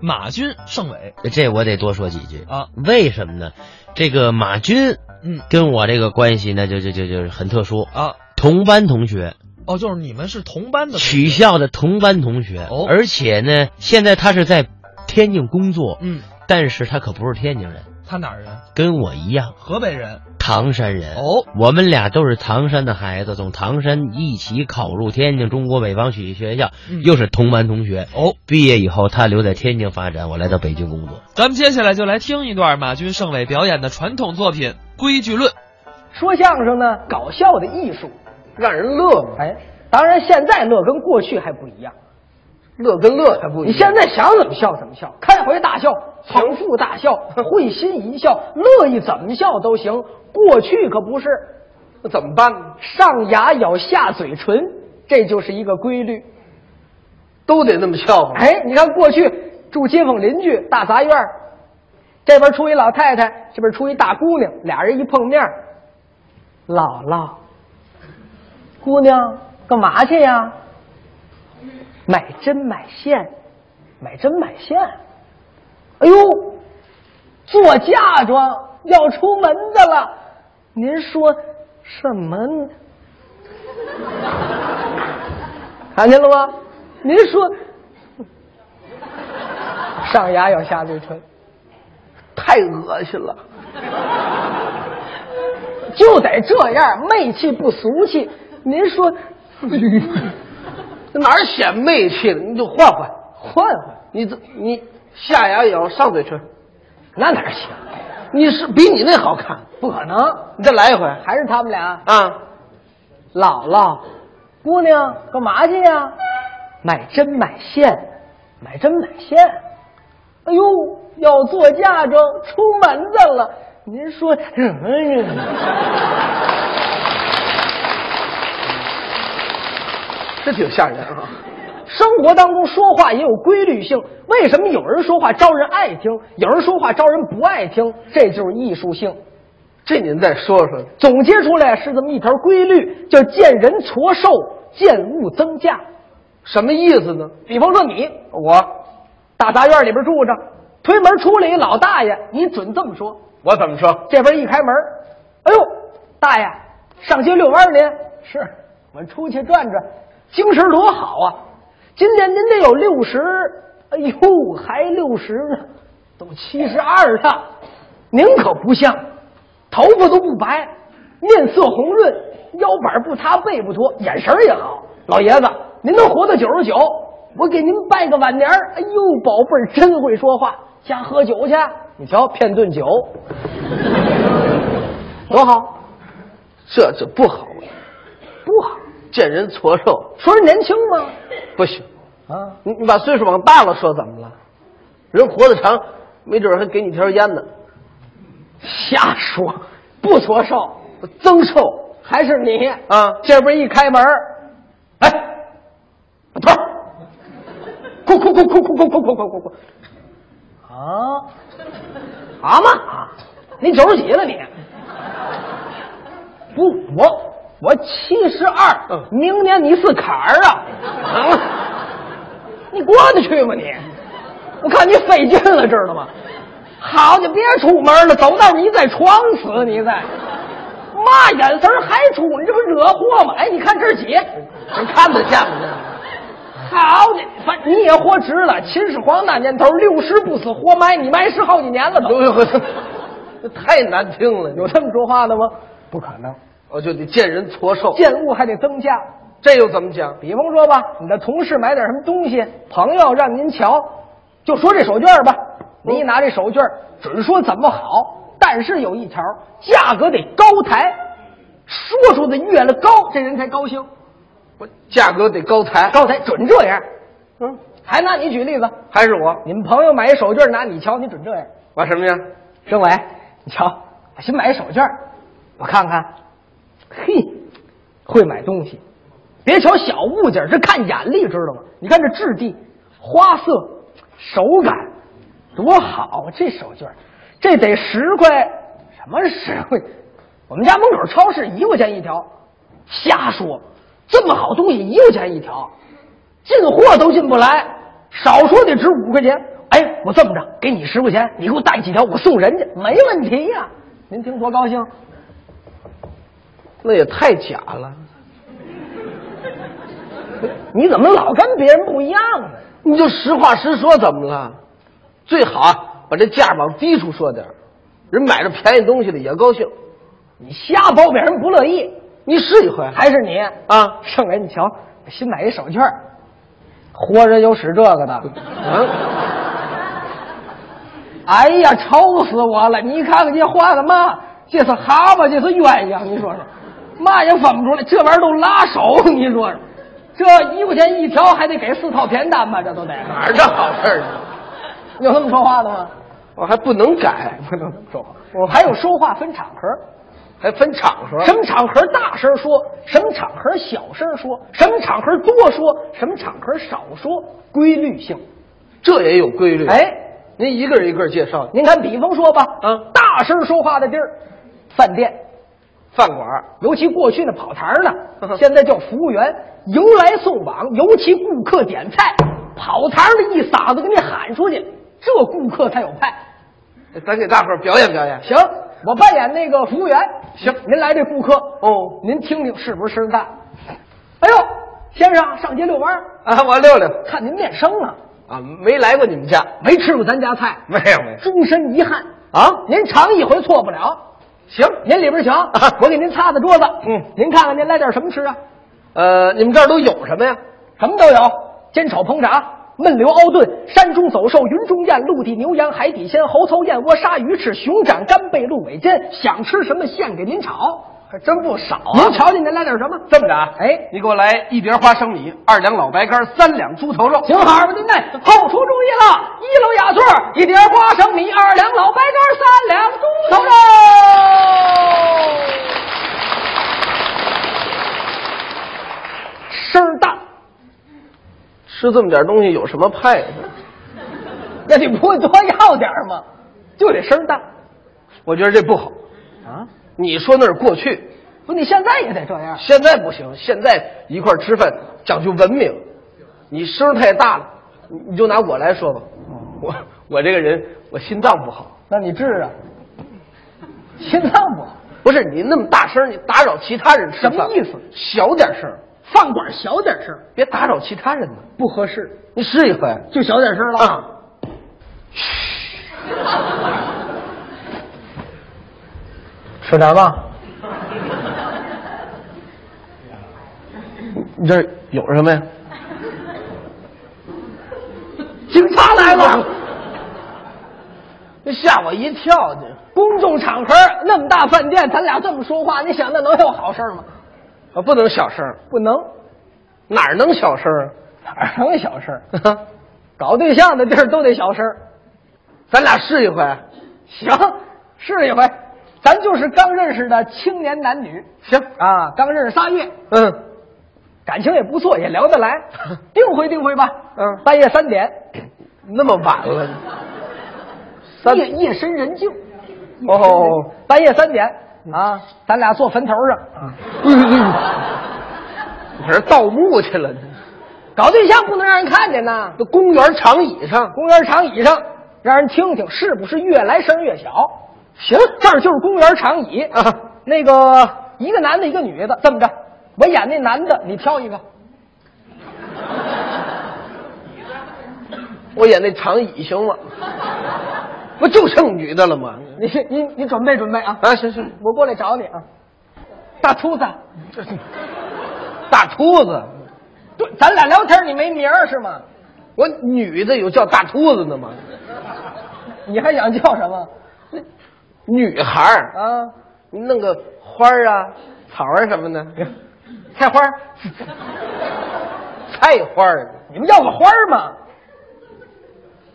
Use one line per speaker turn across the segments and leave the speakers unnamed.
马军胜伟
这我得多说几句
啊。
为什么呢？这个马军，
嗯，
跟我这个关系呢，就就就就是很特殊，
啊，
同班同学，
哦，就是你们是同班的同学
取，校的同班同学
哦，
而且呢，现在他是在天津工作，
嗯，
但是他可不是天津人，
他哪儿人？
跟我一样，
河北人。
唐山人。
哦，
我们俩都是唐山的孩子，从唐山一起考入天津中国北方曲艺学校，
嗯
又是同班同学。
哦，
毕业以后，他留在天津发展，我来到北京工作。
咱们接下来就来听一段马军胜伟表演的传统作品《规矩论》。
说相声呢，搞笑的艺术，
让人乐嘛，
哎，当然现在乐跟过去还不一样。
乐跟乐还不一样。
你现在想怎么笑怎么笑，开怀大笑，捧腹大笑，会心一笑，乐意怎么笑都行。过去可不是，
那怎么办呢？
上牙咬下嘴唇，这就是一个规律。
都得那么笑吗？
哎，你看过去住街坊邻居大杂院儿，这边出一老太太，这边出一大姑娘，俩人一碰面儿，姥姥，姑娘干嘛去呀？买针买线，买针买线。哎呦，做嫁妆要出门的了，您说什么呢？看见了吗？您说上牙咬下嘴唇，
太恶心了，
就得这样，媚气不俗气。您说，
哪儿显媚气了？你就换换，
换换
你这你下牙咬上嘴唇，
那哪行？
你是比你那好看，
不可能，
你再来一回
还是他们俩。
啊！
姥姥，姑娘干嘛去呀？买针买线，买针买线。哎呦，要做嫁妆，出门的了。您说，
嗯这挺吓人啊！
生活当中说话也有规律性，为什么有人说话招人爱听，有人说话招人不爱听？这就是艺术性。
这您再说说，
总结出来是这么一条规律，叫见人矬瘦，见物增价。
什么意思呢？
比方说你
我
大杂院里边住着，推门出来一老大爷，你准这么说。
我怎么说？
这边一开门，哎呦，大爷，上街遛弯儿您？是，我出去转转，精神多好啊！今年您得有六十，哎呦，还六十呢，都七十二了，您可不像，头发都不白，面色红润，腰板不塌背不驼，眼神儿也好。老爷子，您能活到九十九，我给您拜个晚年儿。哎呦，宝贝儿真会说话，家喝酒去。你瞧，骗顿酒。多好，
这这不好，
不好，
见人矬瘦
说人年轻吗？
不行。
啊，
你你把岁数往大了说怎么了？人活得长，没准还给你条烟呢。
瞎说，不矬瘦，增瘦，还是你
啊
这边一开门，哎，老头儿，哭哭哭哭哭哭哭哭哭哭哭，啊，啊嘛，你九十几了你？不，我我七十二，
嗯
明年你是坎儿啊，你过得去吗你？我看你费劲了，知道吗？好，你别出门了，走道你再闯死你再，嘛眼神儿还出，你这不惹祸吗？哎，你看这是姐，
能看得见吗？
好你反正你也活值了。秦始皇那年头，六十不死活埋，你埋尸好几年了
这
都。
这太难听了。
有这么说话的吗？不可能，
我就得见人矬瘦，
见物还得增加。
这又怎么讲？
比方说吧，你的同事买点什么东西，朋友让您瞧，就说这手绢儿吧，你一拿这手绢儿，准说怎么好，但是有一条，价格得高抬，说出的越了高，这人才高兴。
我价格得高抬，
哎高抬准这样，嗯，还拿你举例子，
还是我？
你们朋友买一手绢儿拿你瞧，你准这样，
我什么呀？
政委，你瞧，我新买一手绢儿，我看看，嘿，会买东西。别瞧小物件儿，这看眼力，知道吗？你看这质地、花色、手感，多好！啊这手绢儿，这得十块，什么十块？我们家门口超市一块钱一条，瞎说！这么好东西一块钱一条，进货都进不来，少说得值五块钱。哎，我这么着，给你十块钱，你给我带几条，我送人家，没问题呀、您听多高兴？
那也太假了。
你怎么老跟别人不一样呢？
你就实话实说，怎么了？最好啊，把这价往低处说点儿人买着便宜东西了也高兴。
你瞎包别人不乐意，
你试一回，
还是你
啊
盛伟，你瞧，我新买一手绢儿，活人有使这个的。嗯
啊？
哎呀，愁死我了！你看看这画的嘛，这是蛤蟆，这是鸳鸯，你说说，嘛也分不出来，这玩意儿都拉手，你说说，这一块钱一条还得给四套片单吧，这都得
哪儿这好事儿呢？
有那么说话的吗？
我还不能改，
不能这么说话，我还有说话分场合。
还分场合。
什么场合大声说，什么场合小声说，什么场合多说，什么场合少说，规律性。
这也有规律。，
哎，
您一个人一个介绍，
您看，比方说吧，
嗯
大声说话的地儿，饭店，
饭馆儿
尤其过去那跑堂儿呢，现在叫服务员，迎来送往，尤其顾客点菜，跑堂儿的一嗓子给你喊出去，这顾客才有派。
哎咱给大伙儿表演表演。
行，我扮演那个服务员。
行
您来这顾客
哦
您听听是不是吃饭？哎呦，先生上街遛弯儿，
啊，我溜溜
看您面生啊，
啊，没来过你们家，
没吃过咱家菜，
没有没有
终身遗憾。
啊？
您尝一回错不了。
行，
您里边 请，我给您擦擦桌子。
嗯
您看看您来点什么吃啊？
呃，你们这儿都有什么呀？
什么都有，煎炒烹炸。焖溜熬炖、山中走兽、云中雁、陆地牛羊、海底鲜、猴头燕窝、鲨鱼翅、熊掌、干贝、鹿尾尖，想吃什么现给您炒，还真不少啊！您瞧见您来点什么？
这么着啊，
哎
你给我来一碟花生米，二两老白干，三两猪头肉。
行好吧，您那后厨注意了，一楼雅座一碟花生米，二两老白干，三两猪头肉。声儿大，
吃这么点东西有什么派头？
那你不会多要点儿吗？就得声儿大
我觉得这不好。
啊！
你说那是过去，
不，你现在也得这样。
现在不行，现在一块儿吃饭讲究文明。你声太大了，你你就拿我来说吧，
哦
我我这个人我心脏不好，
那你治啊？心脏不好，
不是你那么大声，你打扰其他人吃饭，
什么意思
小点声，
饭馆小点声，
别打扰其他人呢。
不合适，
你试一回
就小点声了。
啊！
吃点吧。
你这儿有什么呀？
警察来
啊
了，
这吓我一跳！这
公众场合那么大饭店，咱俩这么说话，你想那能有好事吗？
啊，不能小声，
不能，
哪儿能小声
哪儿能有小事？
啊？
搞对象的地儿都得小事。
咱俩试一回，
行，试一回，咱就是刚认识的青年男女
行
啊，刚认识仨月，
嗯，
感情也不错，也聊得 来，定回定回吧。
嗯
半夜三点，
那么晚了，三
夜夜深人静。
哦，
半夜三点啊，咱俩坐坟头上，
我这嗯盗墓去了，
搞对象不能让人看见呐。
那公园长椅上
公园长椅上，让人听听是不是越来声越小。行，这儿就是公园长椅
啊
那个一个男的，一个女的，这么着，我演那男的，你挑一个。
我演那长椅行吗？不就剩女的了吗？
你你你准备准备啊！
啊，行行，
我过来找你啊，大秃子。
大秃子，
对，咱俩聊天你没名儿是吗？
我女的有叫大秃子的吗？
你还想叫什么
女孩儿，
啊？
你弄个花儿啊、草儿什么的，
菜花儿，
菜花儿
你们要个花儿吗？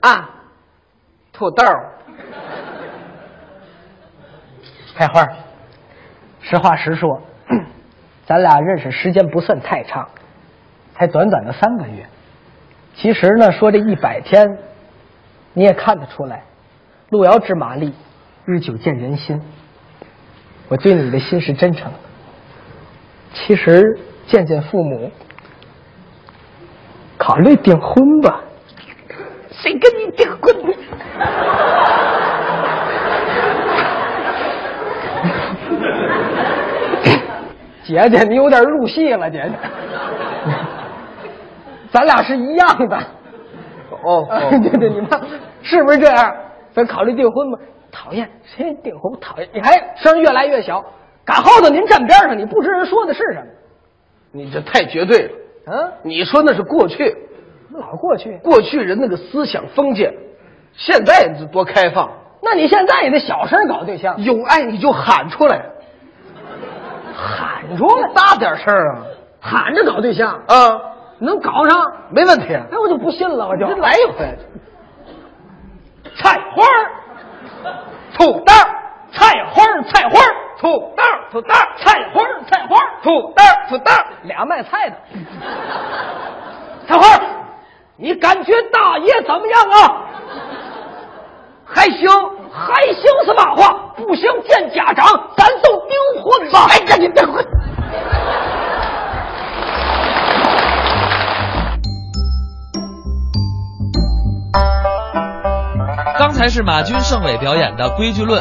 啊，土豆儿，
开花。实话实说， 咱俩认识时间不算太长，才短短的三个月。其实呢，说这一百天，你也看得出来，路遥知马力，日久见人心。我对你的心是真诚的。其实见见父母，考虑订婚吧。谁跟你订婚呢？姐姐，你有点入戏了，姐 姐。咱俩是一样的，
哦，
啊
哦
对对，你妈是不是这样？咱考虑订婚吧。讨厌，谁订婚？讨厌，你还声越来越小，赶耗子您站边上，你不知人说的是什么？
你这太绝对了。
啊，
你说那是过去，
老过去。
过去人那个思想封建，现在这多开放，
那你现在也得小声搞对象，
有爱你就喊出来，
喊出来，
大点声儿啊！
喊着搞对象，
啊，
能搞上？
没问题啊，
哎，我就不信了，我就
你来一回。
菜花儿，土豆儿，菜花儿，菜花儿，土豆儿，土豆儿，菜花儿，菜花儿，土豆儿，土豆儿，俩卖菜的，菜花儿，你感觉大爷怎么样啊？ 还行，还行是嘛话？不行见家长，咱就订婚吧。哎呀，你别婚。
刚才是马军、盛伟表演的《规矩论》。